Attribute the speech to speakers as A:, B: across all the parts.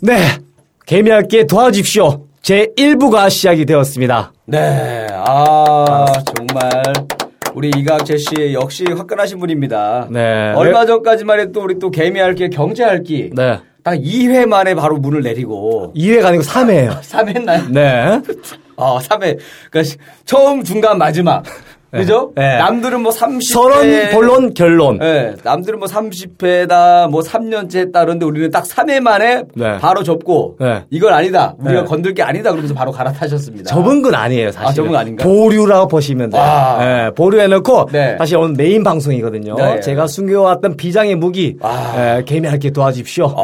A: 네, 개미할게 도와주십시오. 제 1부가 시작이 되었습니다.
B: 네, 아 정말 우리 이강재 씨 역시 화끈하신 분입니다.
A: 네.
B: 얼마 전까지만 해도 우리 또 개미할기 경제할기
A: 네.
B: 딱 2회 만에 바로 문을 내리고
A: 2회가 아니고 3회예요.
B: 3회나요?
A: 네.
B: 어, 3회. 그러니까 시- 처음, 중간, 마지막. 그죠?
A: 네.
B: 남들은 뭐 30회.
A: 선언, 본론, 결론.
B: 예, 남들은 뭐 30회다, 뭐 3년째 했다, 그런데 우리는 딱 3회 만에
A: 네.
B: 바로 접고,
A: 네.
B: 이건 아니다, 우리가
A: 네.
B: 건들 게 아니다, 그러면서 바로 갈아타셨습니다.
A: 접은 건 아니에요, 사실.
B: 아, 접은 거 아닌가?
A: 보류라고 보시면 돼요.
B: 아.
A: 예, 보류해놓고,
B: 네.
A: 사실 오늘 메인 방송이거든요.
B: 네.
A: 제가 숨겨왔던 비장의 무기,
B: 아.
A: 예, 개미할게 도와주십시오.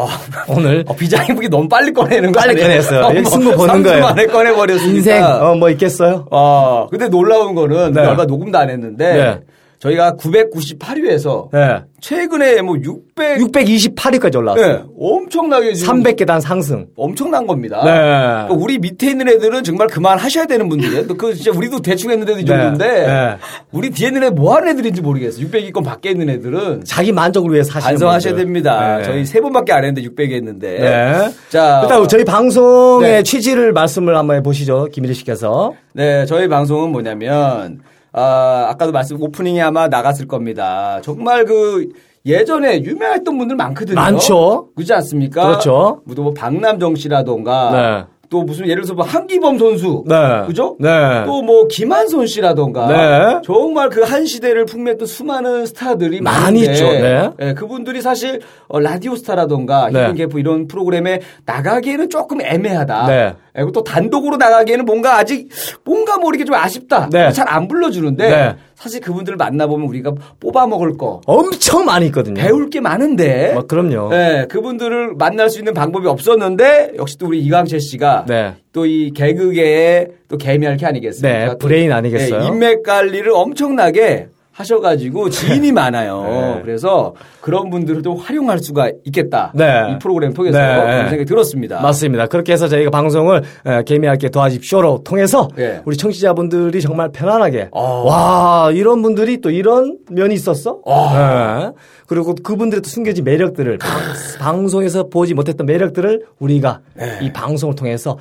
A: 오늘
B: 어, 비장애복이 너무 빨리 꺼내는 거
A: 빨리
B: 아니에요?
A: 꺼냈어요.
B: 어,
A: 이
B: 뭐
A: 승부 보는
B: 삼 주
A: 거예요.
B: 만에 꺼내버렸으니까.
A: 인생, 어, 뭐 있겠어요?
B: 아, 근데 놀라운 거는
A: 네.
B: 우리 얼마 녹음도 안 했는데
A: 네.
B: 저희가 998회에서
A: 네.
B: 최근에 뭐 600,
A: 628위까지 올라왔어요.
B: 네, 엄청나게 지금
A: 300계단 상승.
B: 엄청난 겁니다.
A: 네.
B: 그러니까 우리 밑에 있는 애들은 정말 그만 하셔야 되는 분들이에요. 그 진짜 우리도 대충 했는데도 이
A: 네.
B: 정도인데
A: 네.
B: 우리 뒤에 있는 애뭐 하는 애들인지 모르겠어요. 600위권 밖에 있는 애들은
A: 자기 만족을 위해 사시는
B: 반성하셔야
A: 분들.
B: 됩니다.
A: 네.
B: 저희 세 번밖에 안 했는데 600위 했는데.
A: 네.
B: 예. 자,
A: 일단 저희 방송의
B: 네.
A: 취지를 말씀을 한번 해보시죠, 김일희 씨께서.
B: 네, 저희 방송은 뭐냐면 아, 아까도 말씀 오프닝에 아마 나갔을 겁니다. 정말 그 예전에 유명했던 분들 많거든요.
A: 많죠.
B: 그렇지 않습니까?
A: 그렇죠.
B: 뭐또 뭐 박남정 씨라던가
A: 네.
B: 또 무슨 예를 들어서 뭐 한기범 선수.
A: 네.
B: 그죠?
A: 네.
B: 또 뭐 김한선 씨라던가
A: 네.
B: 정말 그 한 시대를 풍미했던 수많은 스타들이
A: 많이
B: 많은데
A: 있죠. 네.
B: 예, 그분들이 사실 어, 라디오 스타라던가
A: 네.
B: 히든 개프 이런 프로그램에 나가기에는 조금 애매하다.
A: 네.
B: 예, 그리고 또 단독으로 나가기에는 뭔가 아직 뭔가 모르게 좀 아쉽다.
A: 네.
B: 잘 안 불러주는데
A: 네.
B: 사실 그분들을 만나보면 우리가 뽑아 먹을 거
A: 엄청 많이 있거든요.
B: 배울 게 많은데.
A: 뭐, 그럼요.
B: 예, 그분들을 만날 수 있는 방법이 없었는데 역시 또 우리 이광재 씨가
A: 네.
B: 또 이 개그계에 또 개미할 게 아니겠습니까?
A: 네,
B: 또,
A: 브레인 아니겠어요?
B: 예, 인맥 관리를 엄청나게 하셔가지고 지인이 많아요.
A: 네.
B: 그래서 그런 분들을 좀 활용할 수가 있겠다.
A: 네.
B: 이 프로그램 통해서
A: 네.
B: 그런 생각이 들었습니다.
A: 맞습니다. 그렇게 해서 저희가 방송을 에, 개미할게 도와십시오로 통해서
B: 예.
A: 우리 청취자분들이 정말 편안하게
B: 어.
A: 와 이런 분들이 또 이런 면이 있었어.
B: 어.
A: 예. 그리고 그분들의 또 숨겨진 매력들을 방- 방송에서 보지 못했던 매력들을 우리가
B: 예.
A: 이 방송을 통해서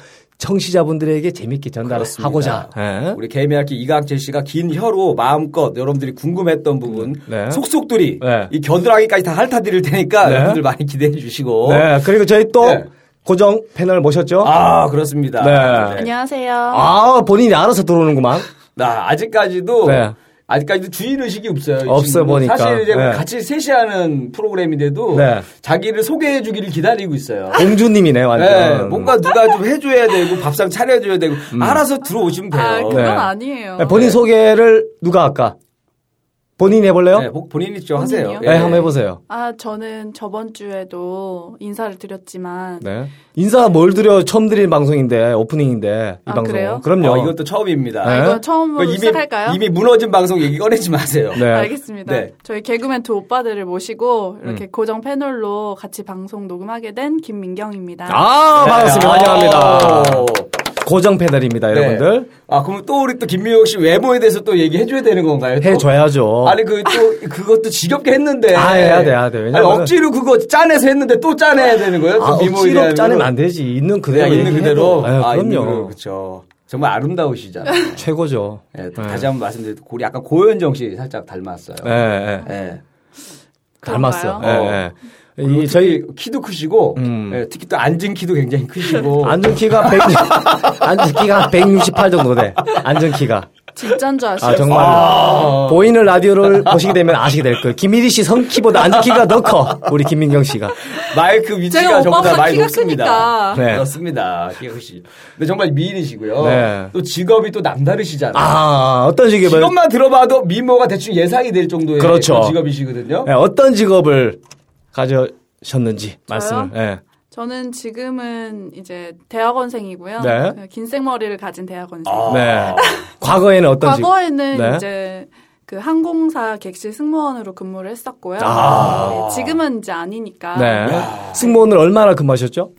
A: 청취자분들에게 재밌게 전달하고자 예.
B: 우리 개미학기 이강재 씨가 긴 혀로 마음껏 여러분들이 궁금했던 부분
A: 네.
B: 속속들이
A: 네.
B: 이 겨드랑이까지 다 핥아드릴 테니까
A: 네.
B: 여러분들 많이 기대해 주시고
A: 네, 그리고 저희 또
B: 뭐? 예.
A: 고정 패널 모셨죠.
B: 아 그렇습니다.
A: 네.
C: 안녕하세요.
A: 아, 본인이 알아서 들어오는구만.
B: 나 아직까지도
A: 네.
B: 아직까지도 주인 의식이 없어요. 이
A: 없어
B: 친구는.
A: 보니까.
B: 사실 이제
A: 네.
B: 같이 셋이 하는 프로그램인데도
A: 네.
B: 자기를 소개해 주기를 기다리고 있어요.
A: 공주님이네 완전.
B: 네, 뭔가 누가 좀 해줘야 되고 밥상 차려줘야 되고
A: 음.
B: 알아서 들어오시면 돼요.
C: 아, 그건
A: 네.
C: 아니에요.
A: 네, 본인 소개를 누가 할까? 본인이 해볼래요?
B: 네, 복- 본인이 좀 하세요.
C: 본인이요?
A: 네, 한번 해보세요.
C: 아, 저는 저번 주에도 인사를 드렸지만
A: 네. 인사 뭘 드려 처음 드리는 방송인데 오프닝인데 이
C: 아,
A: 방송.
C: 그래요?
A: 그럼요.
B: 어, 이것도 처음입니다.
A: 네.
C: 이거 처음으로
B: 이미,
C: 시작할까요?
B: 이미 무너진 방송 얘기 꺼내지 마세요.
A: 네. 음.
C: 알겠습니다.
B: 네.
C: 저희 개그맨 두 오빠들을 모시고 이렇게 고정 패널로 같이 방송 녹음하게 된 김민경입니다.
A: 아 반갑습니다.
B: 오.
A: 환영합니다. 고정 패널입니다,
B: 아. 네.
A: 여러분들.
B: 아, 그럼 또 우리 또 김민혁 씨 외모에 대해서 또 얘기해줘야 되는 건가요? 또?
A: 해줘야죠.
B: 아니 그 또 그것도 지겹게 했는데.
A: 어. 아, 해야 돼, 해야 돼.
B: 아니,
A: 왜냐면은-
B: 억지로 그거 짜내서 했는데 또 짜내야 되는 거예요? 또
A: 아,
B: 미모에
A: 억지로
B: 대한
A: 짜내면
B: 거는?
A: 안 되지. 있는 그대로.
B: 그냥 있는
A: 얘기해도.
B: 그대로.
A: 네,
B: 아, 있는 그대로,
A: 그럼요.
B: 그쵸. 정말 아름다우시잖아요.
A: 최고죠.
B: 예, 또 다시 한번 말씀드리고 우리 약간 고현정 씨 살짝 닮았어요.
A: 예, 예.
B: 예.
C: 그런가요?
A: 닮았어요.
B: 어.
A: 예, 예.
B: 그리고
A: 이
B: 특히
A: 저희 음.
B: 키도 크시고 예, 특히 또 앉은 키도 굉장히 크시고
A: 안전키가 100, 안전키가 168 정도 돼. 안전키가.
C: 진짠 줄 아시죠?
A: 아 정말로
B: 어,
A: 보이는 라디오를 보시게 되면 아시게 될 거예요. 김일희 씨 성키보다 안키가 더 커. 우리 김민경 씨가.
B: 마이크 위치가
C: 제가
B: 저보다
C: 오빠보다
B: 많이
C: 키가
B: 높습니다.
C: 크니까.
A: 네.
B: 그렇습니다. 키가 크시. 근데 정말 미인이시고요.
A: 네.
B: 또 직업이 또 남다르시잖아요.
A: 아 어떤 직업을
B: 직업만 들어봐도 미모가 대충 예상이 될 정도의
A: 그렇죠.
B: 그런 직업이시거든요.
A: 예, 어떤 직업을 가져셨는지 말씀을. 예.
C: 저는 지금은 이제 대학원생이고요.
A: 네.
C: 그 긴생머리를 가진 대학원생.
B: 아.
A: 네. 과거에는 어떤 직업?
C: 과거에는
A: 네.
C: 이제 그 항공사 객실 승무원으로 근무를 했었고요. 네, 지금은 이제 아니니까
A: 아. 네. 승무원을 얼마나 근무하셨죠?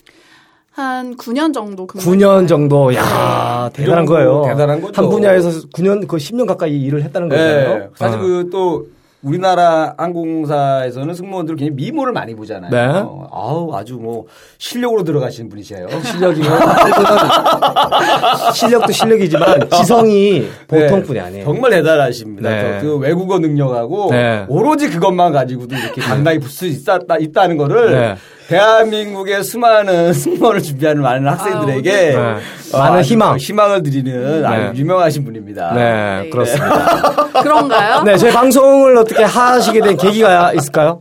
C: 한 9년 정도 근무.
A: 9년 정도. 야 대단한
B: 정도
A: 거예요.
B: 대단한 거죠.
A: 한 분야에서 9년 그 10년 가까이 일을 했다는
B: 예.
A: 거예요.
B: 사실 그 또 우리나라 항공사에서는 승무원들 굉장히 미모를 많이 보잖아요.
A: 네.
B: 어, 아우 아주 뭐 실력으로 들어가시는 분이세요.
A: 실력이면 아. 실력도 실력이지만 지성이 보통 분이 아니에요.
B: 네. 정말 대단하십니다.
A: 네.
B: 그 외국어 능력하고
A: 네.
B: 오로지 그것만 가지고도 이렇게 당당히 붙을 수 있었다, 있다는 거를
A: 네.
B: 대한민국의 수많은 승무원을 준비하는 많은 학생들에게
A: 네.
B: 어,
A: 많은
B: 아주
A: 희망.
B: 희망을 드리는 아주 유명하신 분입니다.
A: 네,
C: 네.
A: 그렇습니다.
C: 그런가요?
A: 네, 저희 방송을 어떻게 하시게 된 계기가 있을까요?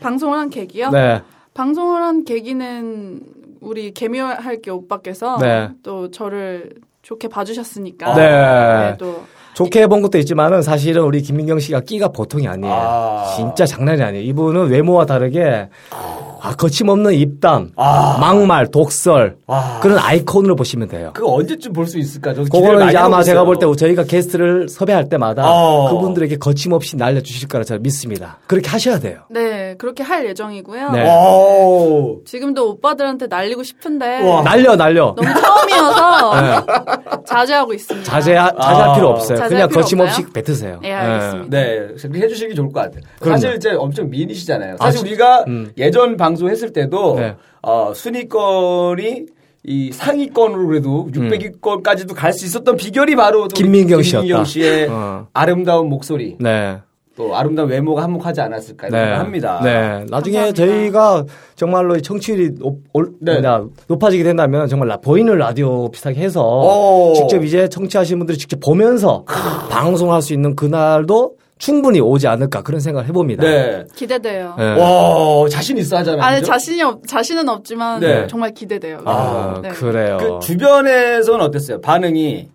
C: 방송을 한 계기요?
A: 네.
C: 방송을 한 계기는 우리 개미할게 오빠께서
A: 네.
C: 또 저를 좋게 봐주셨으니까
A: 네.
C: 네, 또
A: 좋게 본 것도 있지만은 사실은 우리 김민경 씨가 끼가 보통이 아니에요.
B: 아.
A: 진짜 장난이 아니에요. 이분은 외모와 다르게 아, 거침없는 입담,
B: 아.
A: 막말, 독설
B: 아.
A: 그런 아이콘으로 보시면 돼요.
B: 그거 언제쯤 볼 수 있을까? 저도 기대를
A: 그거는
B: 많이
A: 이제
B: 하고
A: 아마
B: 있어요.
A: 제가 볼 때 저희가 게스트를 섭외할 때마다
B: 어.
A: 그분들에게 거침없이 날려주실 거라 저는 믿습니다. 그렇게 하셔야 돼요.
C: 네, 그렇게 할 예정이고요.
A: 네.
B: 와우.
C: 지금도 오빠들한테 날리고 싶은데
B: 와.
A: 날려, 날려.
C: 너무 처음이어서 자제하고 있습니다.
A: 네. 자제, 자제할
B: 아.
A: 필요 없어요.
C: 자제할
A: 그냥
C: 필요
A: 거침없이
C: 없나요?
A: 뱉으세요.
C: 예, 알겠습니다.
B: 네, 그렇게 해주시기 좋을 것 같아요.
A: 그럼요.
B: 사실 이제 엄청 미인이시잖아요.
A: 아,
B: 사실
A: 진-
B: 우리가 예전 방송했을 때도
A: 네.
B: 어, 순위권이 이 상위권으로 그래도 600위권까지도 갈 수 있었던 비결이 바로
A: 음.
B: 또
A: 김민경
B: 우리
A: 씨였다.
B: 김민경 씨의
A: 어.
B: 아름다운 목소리
A: 네.
B: 또 아름다운 외모가 한몫하지 않았을까
A: 네.
B: 합니다.
A: 네. 나중에
C: 감사합니다.
A: 저희가 정말로 이 청취율이 높, 올,
B: 네.
A: 뭐냐, 높아지게 된다면 정말 라- 보이는 라디오 비슷하게 해서
B: 오.
A: 직접 이제 청취하시는 분들이 직접 보면서 방송할 수 있는 그날도 충분히 오지 않을까 그런 생각을 해봅니다.
B: 네.
C: 기대돼요.
A: 예.
B: 와 자신 있어 하잖아요.
C: 아니
B: 그죠?
C: 자신이 없, 자신은 없지만
B: 네.
C: 정말 기대돼요.
A: 아,
C: 네.
A: 그래요.
B: 그 주변에서는 어땠어요? 반응이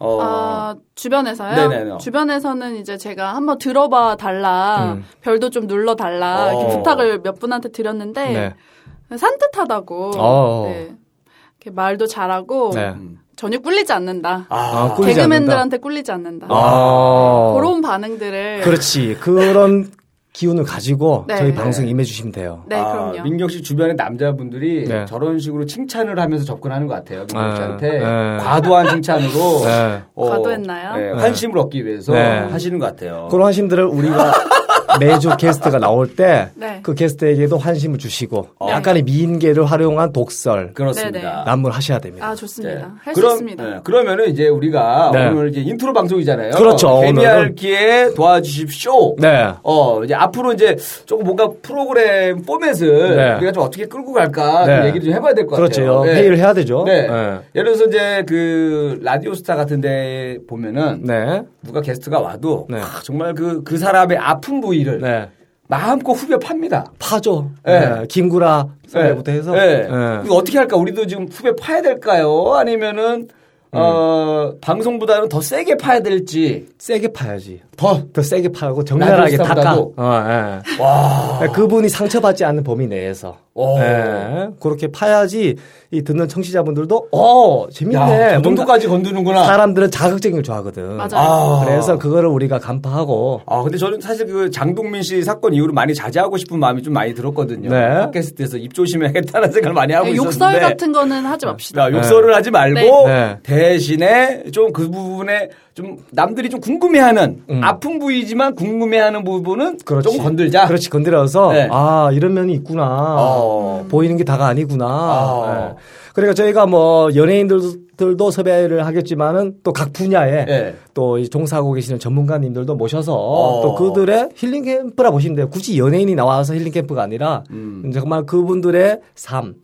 B: 어,
C: 아, 주변에서요?
B: 네네네.
C: 주변에서는 이제 제가 한번 들어봐 달라, 별도 좀 눌러 달라, 이렇게
B: 음. 어. 네.
C: 부탁을 몇 분한테
A: 네.
C: 드렸는데, 산뜻하다고,
A: 어.
C: 네. 이렇게 말도 잘하고,
A: 네.
C: 전혀 꿀리지 않는다.
A: 아, 꿀- 꿀리지
C: 개그맨들한테 꿀리지 않는다.
B: 어.
A: 아.
C: 그런 반응들을.
A: 그렇지. 그런 기운을 가지고
C: 네.
A: 저희 방송에 임해주시면 돼요.
C: 네, 그럼요.
B: 아, 민경 씨 주변의 남자분들이
A: 네.
B: 저런 식으로 칭찬을 하면서 접근하는 것 같아요.
A: 네.
B: 민경 씨한테
A: 네.
B: 과도한 칭찬으로
A: 네.
B: 어,
C: 과도했나요?
B: 네, 환심을 얻기 위해서
A: 네.
B: 하시는 것 같아요.
A: 그런 환심들을 우리가 매주 게스트가 나올 때 그
C: 네.
A: 게스트에게도 환심을 주시고
B: 어.
C: 네.
A: 약간의 미인계를 활용한 독설
B: 그렇습니다.
A: 남을 하셔야 됩니다.
C: 아, 좋습니다.
B: 네.
C: 할 수
B: 그럼,
C: 있습니다.
B: 네, 그러면은 이제 우리가
A: 네.
B: 오늘 이제 인트로 방송이잖아요.
A: 그렇죠, 오늘은.
B: 개미할 기에 도와주십쇼.
A: 네.
B: 어, 이제 앞으로 이제 조금 뭔가 프로그램 포맷을
A: 네.
B: 우리가 좀 어떻게 끌고 갈까
A: 네.
B: 그 얘기를 좀 해봐야 될 것
A: 그렇죠.
B: 같아요. 네.
A: 회의를 해야 되죠.
B: 네.
A: 네.
B: 예를 들어서 이제 그 라디오 스타 같은 데 보면은
A: 네.
B: 누가 게스트가 와도
A: 네.
B: 아, 정말 그, 그 사람의 아픈 부위를
A: 네.
B: 마음껏 후벼 팝니다.
A: 파죠.
B: 네.
A: 네. 김구라 선배부터
B: 네.
A: 해서.
B: 네.
A: 네.
B: 이거 어떻게 할까? 우리도 지금 후벼 파야 될까요? 아니면은
A: 음.
B: 어, 방송보다는 더 세게 파야 될지.
A: 세게 파야지.
B: 더.
A: 더 세게 파고 정렬하게
B: 라디오
A: 닦아.
B: 스타보다도.
A: 어, 예.
B: 와.
A: 그러니까 그분이 상처받지 않는 범위 내에서
B: 오.
A: 예, 그렇게 파야지 이 듣는 청취자분들도 어 재밌네.
B: 야, 저
A: 뭔가
B: 정도까지 건드는구나.
A: 사람들은 자극적인 걸 좋아하거든.
C: 맞아요.
B: 아.
A: 그래서 그거를 우리가 간파하고
B: 아, 근데 저는 사실 그 장동민 씨 사건 이후로 많이 자제하고 싶은 마음이 좀 많이 들었거든요.
A: 네.
B: 팟캐스트에서 입 조심해야겠다는 생각을 많이 하고
C: 네,
B: 있었는데.
C: 욕설 같은 거는 하지 맙시다.
B: 아, 욕설을 하지 말고
A: 네.
B: 대신에 좀 그 부분에 좀 남들이 좀 궁금해하는 아픈 부위지만 궁금해하는 부분은
A: 음. 그렇지.
B: 좀 건들자.
A: 그렇지 건드려서
B: 네.
A: 아 이런 면이 있구나.
B: 어.
A: 보이는 게 다가 아니구나.
B: 어.
A: 예. 그러니까 저희가 뭐 연예인들도 섭외를 하겠지만은 또 각 분야에
B: 네.
A: 또이 종사하고 계시는 전문가님들도 모셔서
B: 어.
A: 또 그들의 힐링 캠프라 보시면 돼요. 굳이 연예인이 나와서 힐링 캠프가 아니라
B: 음.
A: 정말 그분들의 삶,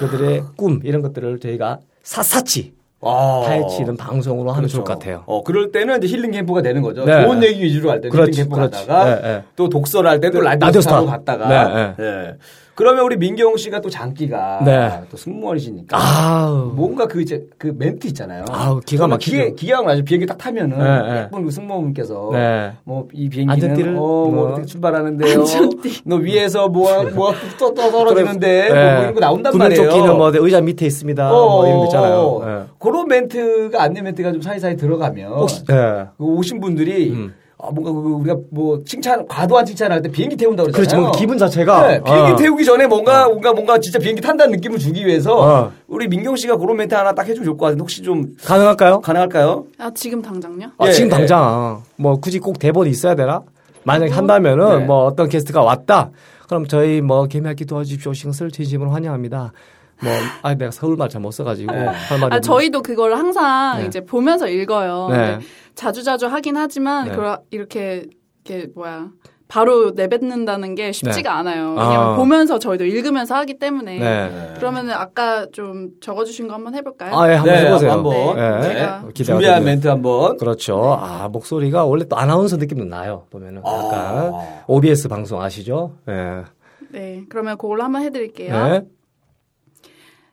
A: 그들의 꿈 이런 것들을 저희가 샅샅이
B: 아.
A: 파헤치는 방송으로 하면 좋을
B: 그렇죠.
A: 것 같아요.
B: 어, 그럴 때는 이제 힐링 캠프가 되는 거죠.
A: 네.
B: 좋은 얘기 위주로 할 때는
A: 그렇지,
B: 힐링 캠프
A: 그렇지.
B: 가다가
A: 네, 네.
B: 또 독설할 때도 라디오
A: 라디오
B: 스타로
A: 스타.
B: 갔다가.
A: 네,
B: 예. 그러면 우리 민경 씨가 또 장기가
A: 네.
B: 또 승무원이시니까
A: 아우.
B: 뭔가 그 이제 그 멘트 있잖아요.
A: 아우, 기가
B: 저는
A: 막히죠.
B: 기계 기가 나죠. 비행기 딱 타면은
A: 네, 네.
B: 예쁜 그 승무원분께서
A: 네.
B: 뭐 이 비행기는
A: 안전띠를
B: 어, 뭐
A: 뭐.
B: 어떻게 출발하는데요.
C: 안전띠.
B: 너 위에서 뭐가 뭐가 또, 또 떨어지는데 뭐,
A: 네.
B: 뭐 이런 거 나온단
A: 구명
B: 말이에요.
A: 예. 조끼는 뭐 의자 밑에
B: 어,
A: 있습니다. 뭐 이런 거 있잖아요. 예.
B: 그런 멘트가 안내 멘트가 좀 사이사이 들어가면
A: 혹시 음. 예.
B: 그 오신 분들이 아, 뭔가 그 우리가 뭐 칭찬 과도한 칭찬할 때 비행기 태운다 그러잖아요.
A: 그렇지, 뭔가 그렇죠. 기분 자체가.
B: 네, 비행기
A: 어.
B: 태우기 전에 뭔가 뭔가 뭔가 진짜 비행기 탄다는 느낌을 주기 위해서
A: 어.
B: 우리 민경 씨가 그런 멘트 하나 딱 해주면 좋을 것 같은데 혹시 좀
A: 가능할까요?
B: 가능할까요?
C: 아, 지금 당장요?
A: 아,
B: 예,
A: 지금
B: 예.
A: 당장 뭐 굳이 꼭 대본이 있어야 되나? 만약에 한다면은
B: 네.
A: 뭐 어떤 게스트가 왔다. 그럼 저희 뭐 개미학기 도와주십시오. 신경쓸 진심으로 환영합니다. 뭐, 아, 내가 서울말 잘 못 써가지고.
B: 네.
A: 할 말이
D: 아,
A: 없네.
D: 저희도 그걸 항상
A: 네.
D: 이제 보면서 읽어요.
A: 네.
D: 근데 자주자주 하긴 하지만
A: 네.
D: 그러, 이렇게 이렇게 뭐야 바로 내뱉는다는 게 쉽지가 않아요.
A: 아.
D: 왜냐면 보면서 저희도 읽으면서 하기 때문에.
A: 네.
D: 그러면 아까 좀 적어주신 거 한번 해볼까요?
A: 아, 예, 한번
B: 네,
A: 해보세요.
B: 한번.
A: 예.
B: 네.
D: 제가
A: 기대가
B: 준비한
A: 되네요.
B: 멘트 한번.
A: 그렇죠. 아, 목소리가 원래 또 아나운서 느낌도 나요. 보면은.
B: 아.
A: 약간. OBS 방송 아시죠? 예.
D: 네, 그러면 그걸로 한번 해드릴게요.
A: 네.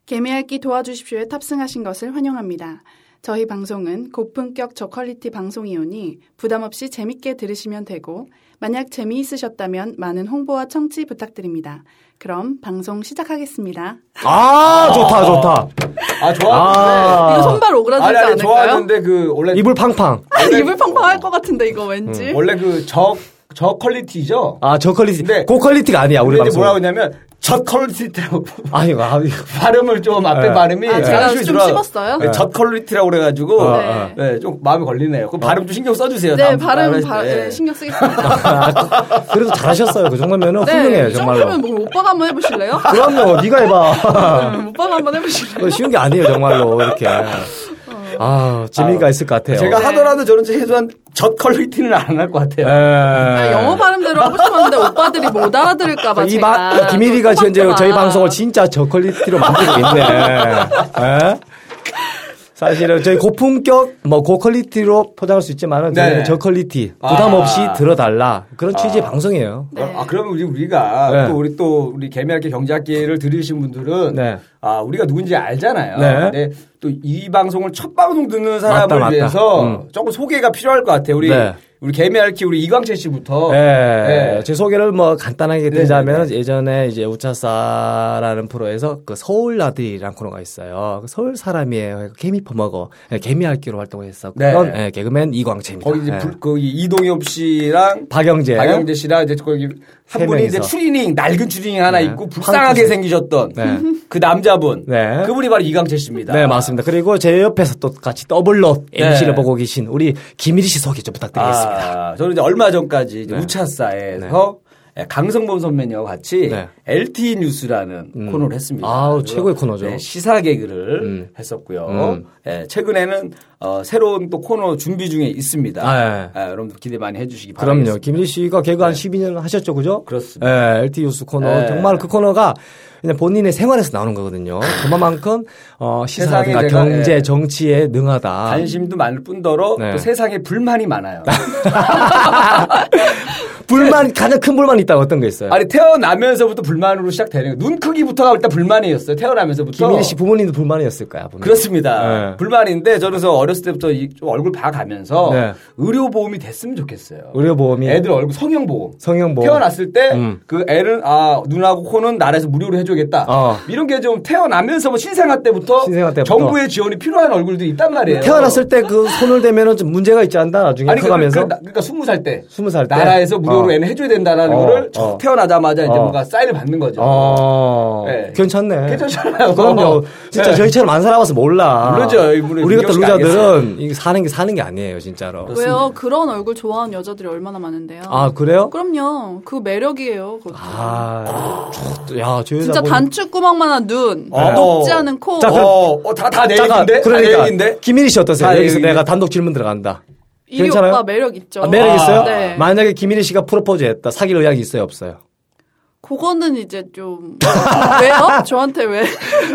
D: 개미핥기 도와주십시오에 탑승하신 것을 환영합니다. 저희 방송은 고품격 저퀄리티 방송이오니 부담 없이 재밌게 들으시면 되고 만약 재미있으셨다면 많은 홍보와 청취 부탁드립니다. 그럼 방송 시작하겠습니다.
A: 아, 좋다, 좋다.
B: 아, 네. 좋았는데.
A: 아,
D: 네, 이거 손발 오그라들지
B: 아니, 아니,
D: 않을까요?
B: 좋았는데 그 원래
A: 이불 팡팡.
B: 원래-
D: 입을
A: 어.
D: 펑펑할 것 같은데 이거 왠지.
A: 음,
B: 원래 그저저 퀄리티죠.
A: 아, 저 퀄리티.
B: 근데-
A: 고 퀄리티가 아니야, 우리
B: 네. 근데
A: 방송.
B: 이제 뭐라고 하냐면 저 퀄리티라고
A: 아니, 아, 이거.
B: 발음을 좀 앞에
A: 네.
B: 발음이
D: 아, 제가
B: 사실
D: 좀
B: 들어와-
D: 씹었어요?
B: 네, 저 퀄리티라고 그래가지고
A: 어,
D: 네.
B: 네. 좀 마음에 걸리네요. 그 발음 좀 신경 써주세요.
D: 네,
B: 다음
D: 발음
B: 발음하실
A: 아,
D: 바,
B: 때.
D: 네, 신경 쓰겠습니다.
A: 그래도 잘하셨어요. 그 정도면은 훌륭해요,
D: 네,
A: 정말로.
D: 정도면 뭐 오빠가 한번 해보실래요?
A: 그럼요, 네가 해봐.
D: 네, 오빠가 한번 해보실래요?
A: 그거 쉬운 게 아니에요, 정말로 이렇게.
D: 어.
A: 아, 재미가 있을 것 같아요.
B: 제가
D: 네.
B: 하더라도 저는 최소한 저 퀄리티는 안 할 것
A: 예.
B: 같아요.
A: 네.
D: 아, 영어 발음대로 하고 싶었는데 오빠들이 못 알아들을까봐
A: 그 이
D: 제가
A: 마,
B: 아,
A: 김일이가
D: 좀
A: 현재 저희
D: 빡빡하다.
A: 방송을 진짜 저퀄리티로 만들고 있네. 예? 사실은 저희 고품격 뭐 고퀄리티로 포장할 수 있지만은
B: 네.
A: 저희는 저퀄리티 부담
B: 아.
A: 없이 들어달라 그런 취지의 방송이에요.
D: 네.
B: 아, 그러면 우리, 우리가
A: 네.
B: 또 우리 또 우리 개미학기 경제학기를 들으신 분들은
A: 네.
B: 아, 우리가 누군지 알잖아요.
A: 네.
B: 근데 또 이 방송을 첫 방송 듣는 사람을
A: 맞다, 맞다.
B: 위해서
A: 음.
B: 조금 소개가 필요할 것 같아요. 우리
A: 네.
B: 우리 개미학기 우리 이광채 씨부터
A: 예.
B: 네.
A: 제 소개를 뭐 간단하게 드리자면 예전에 이제 우차사라는 프로에서 그 서울 나들이라는 코너가 있어요. 그 서울 사람이에요. 개미 퍼먹어. 예, 개미 할기로 활동을 했었던
B: 네.
A: 예, 개그맨 이광채입니다.
B: 거기 이제
A: 예.
B: 불- 거기 이동엽 씨랑
A: 박영재.
B: 박영재 씨랑 이제 거기 한
A: 세
B: 분이 이제
A: 명이서.
B: 추리닝 낡은 추리닝 하나
A: 네.
B: 입고 불쌍하게
A: 황토색.
B: 생기셨던
A: 네.
B: 그 남자분
A: 네.
B: 그분이 바로 이광채 씨입니다.
A: 네, 맞습니다. 그리고 제 옆에서 또 같이 더블로
B: 네.
A: MC를 보고 계신 우리 김일희 씨 소개 좀 부탁드리겠습니다.
B: 아, 저는 이제 얼마 전까지
A: 네.
B: 이제 우차사에서 강성범 선배님과 같이
A: 네. 음.
B: LTE 뉴스라는 코너를 했습니다.
A: 아우,
B: 그래서,
A: 최고의 코너죠. 음.
B: 네, 시사 개그를 했었고요. 예, 최근에는 어, 새로운 또 코너 준비 중에 있습니다.
A: 아,
B: 예, 여러분들 기대 많이 해주시기 바랍니다.
A: 그럼요.
B: 네.
A: 김일희 씨가 개그 한 12년 하셨죠, 그죠?
B: 그렇습니다.
A: 예, LT 뉴스 코너.
B: 네.
A: 정말 그 코너가 그냥 본인의 생활에서 나오는 거거든요. 그만큼, 어, 시사라든가
B: 세상에 제가,
A: 경제,
B: 예.
A: 정치에 능하다.
B: 관심도 많을 뿐더러
A: 네.
B: 또 세상에 불만이 많아요.
A: 불만, 가장 큰 불만 있다 어떤 거 있어요?
B: 아니 태어나면서부터 불만으로 시작되는 거예요. 눈 크기부터가 일단 불만이었어요. 태어나면서부터.
A: 김일희 씨 부모님도 불만이었을까요? 분명히?
B: 그렇습니다.
A: 네.
B: 불만인데 저는 그래서 어렸을 때부터 이- 좀 얼굴 봐가면서
A: 네.
B: 의료보험이 됐으면 좋겠어요.
A: 의료보험이.
B: 애들 얼굴 성형보험.
A: 성형보험.
B: 태어났을 때 그
A: 음.
B: 애는 아 눈하고 코는 나라에서 무료로 해주겠다.
A: 어.
B: 이런 게 좀 태어나면서 뭐 신생아 때부터,
A: 신생아 때부터.
B: 정부의 지원이 필요한 얼굴들이 있단 말이에요.
A: 태어났을 때 그 손을 대면은 좀 문제가 있지 않나, 나중에
B: 아니 그러니까,
A: 예, 커가면서.
B: 그러니까, 그러니까 20살 때
A: 20살 때.
B: 나라에서 무료로
A: 어.
B: 애는 해줘야 된다라는
A: 어,
B: 거를
A: 어.
B: 첫 태어나자마자 이제
A: 어.
B: 뭔가 사인을 받는 거죠.
A: 어,
B: 네.
A: 괜찮네.
B: 괜찮잖아요.
A: 그럼요. 어, 진짜
B: 네.
A: 저희처럼 안 살아봐서 몰라.
B: 모르죠. 이분은
A: 우리 같은
B: 민경 씨가
A: 루자들은 이게 사는 게 사는 게 아니에요, 진짜로.
D: 왜요? 그런 얼굴 좋아하는 여자들이 얼마나 많은데요.
A: 아, 그래요?
D: 그럼요. 그 매력이에요. 그것도.
A: 아, 저- 야, 저 여자.
D: 진짜
A: 보니-
D: 단추 구멍만한 눈,
B: 어.
D: 녹지 않은 코.
A: 자, 그럼-
B: 어, 어, 다, 다내
A: 잠깐,
B: 얘기인데? 다
A: 그러니까.
B: 내 얘기인데?
A: 김일희 씨 어떠세요?
B: 다
A: 여기서
B: 얘기인데?
A: 내가 단독 질문 들어간다.
D: 이리
A: 괜찮아요?
D: 오빠 매력 있죠.
A: 아, 매력
B: 아.
A: 있어요?
D: 네.
A: 만약에 김일희 씨가 프로포즈 했다. 사귈 의향이 있어요, 없어요?
D: 그거는 이제 좀 왜요? 저한테 왜?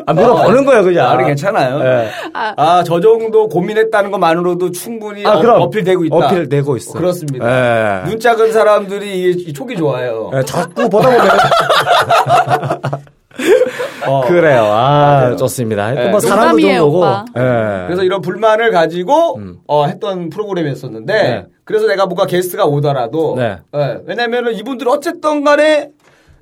A: 아, 물어보는 거예요, 그냥.
B: 아, 우리 괜찮아요.
A: 예.
D: 아,
B: 아, 저 정도 고민했다는 것만으로도 충분히
A: 아, 그럼.
B: 어, 필되고 있다.
A: 어필 되고 있어.
B: 그렇습니다.
A: 예.
B: 눈 작은 사람들이 이- 이 촉이 좋아요.
A: 예, 자꾸 보다 보면.
B: 어. 예.
A: 그래요. 아, 좋습니다. 하여튼 뭐
D: 네.
A: 사랑도 좀
D: 농담이에요,
A: 보고.
D: 오빠.
A: 예.
B: 그래서 이런 불만을 가지고 어, 했던 프로그램이었었는데
A: 음. 네.
B: 그래서 내가 뭔가 게스트가 오더라도 예,
A: 네.
B: 왜냐면은 이분들 어쨌든 간에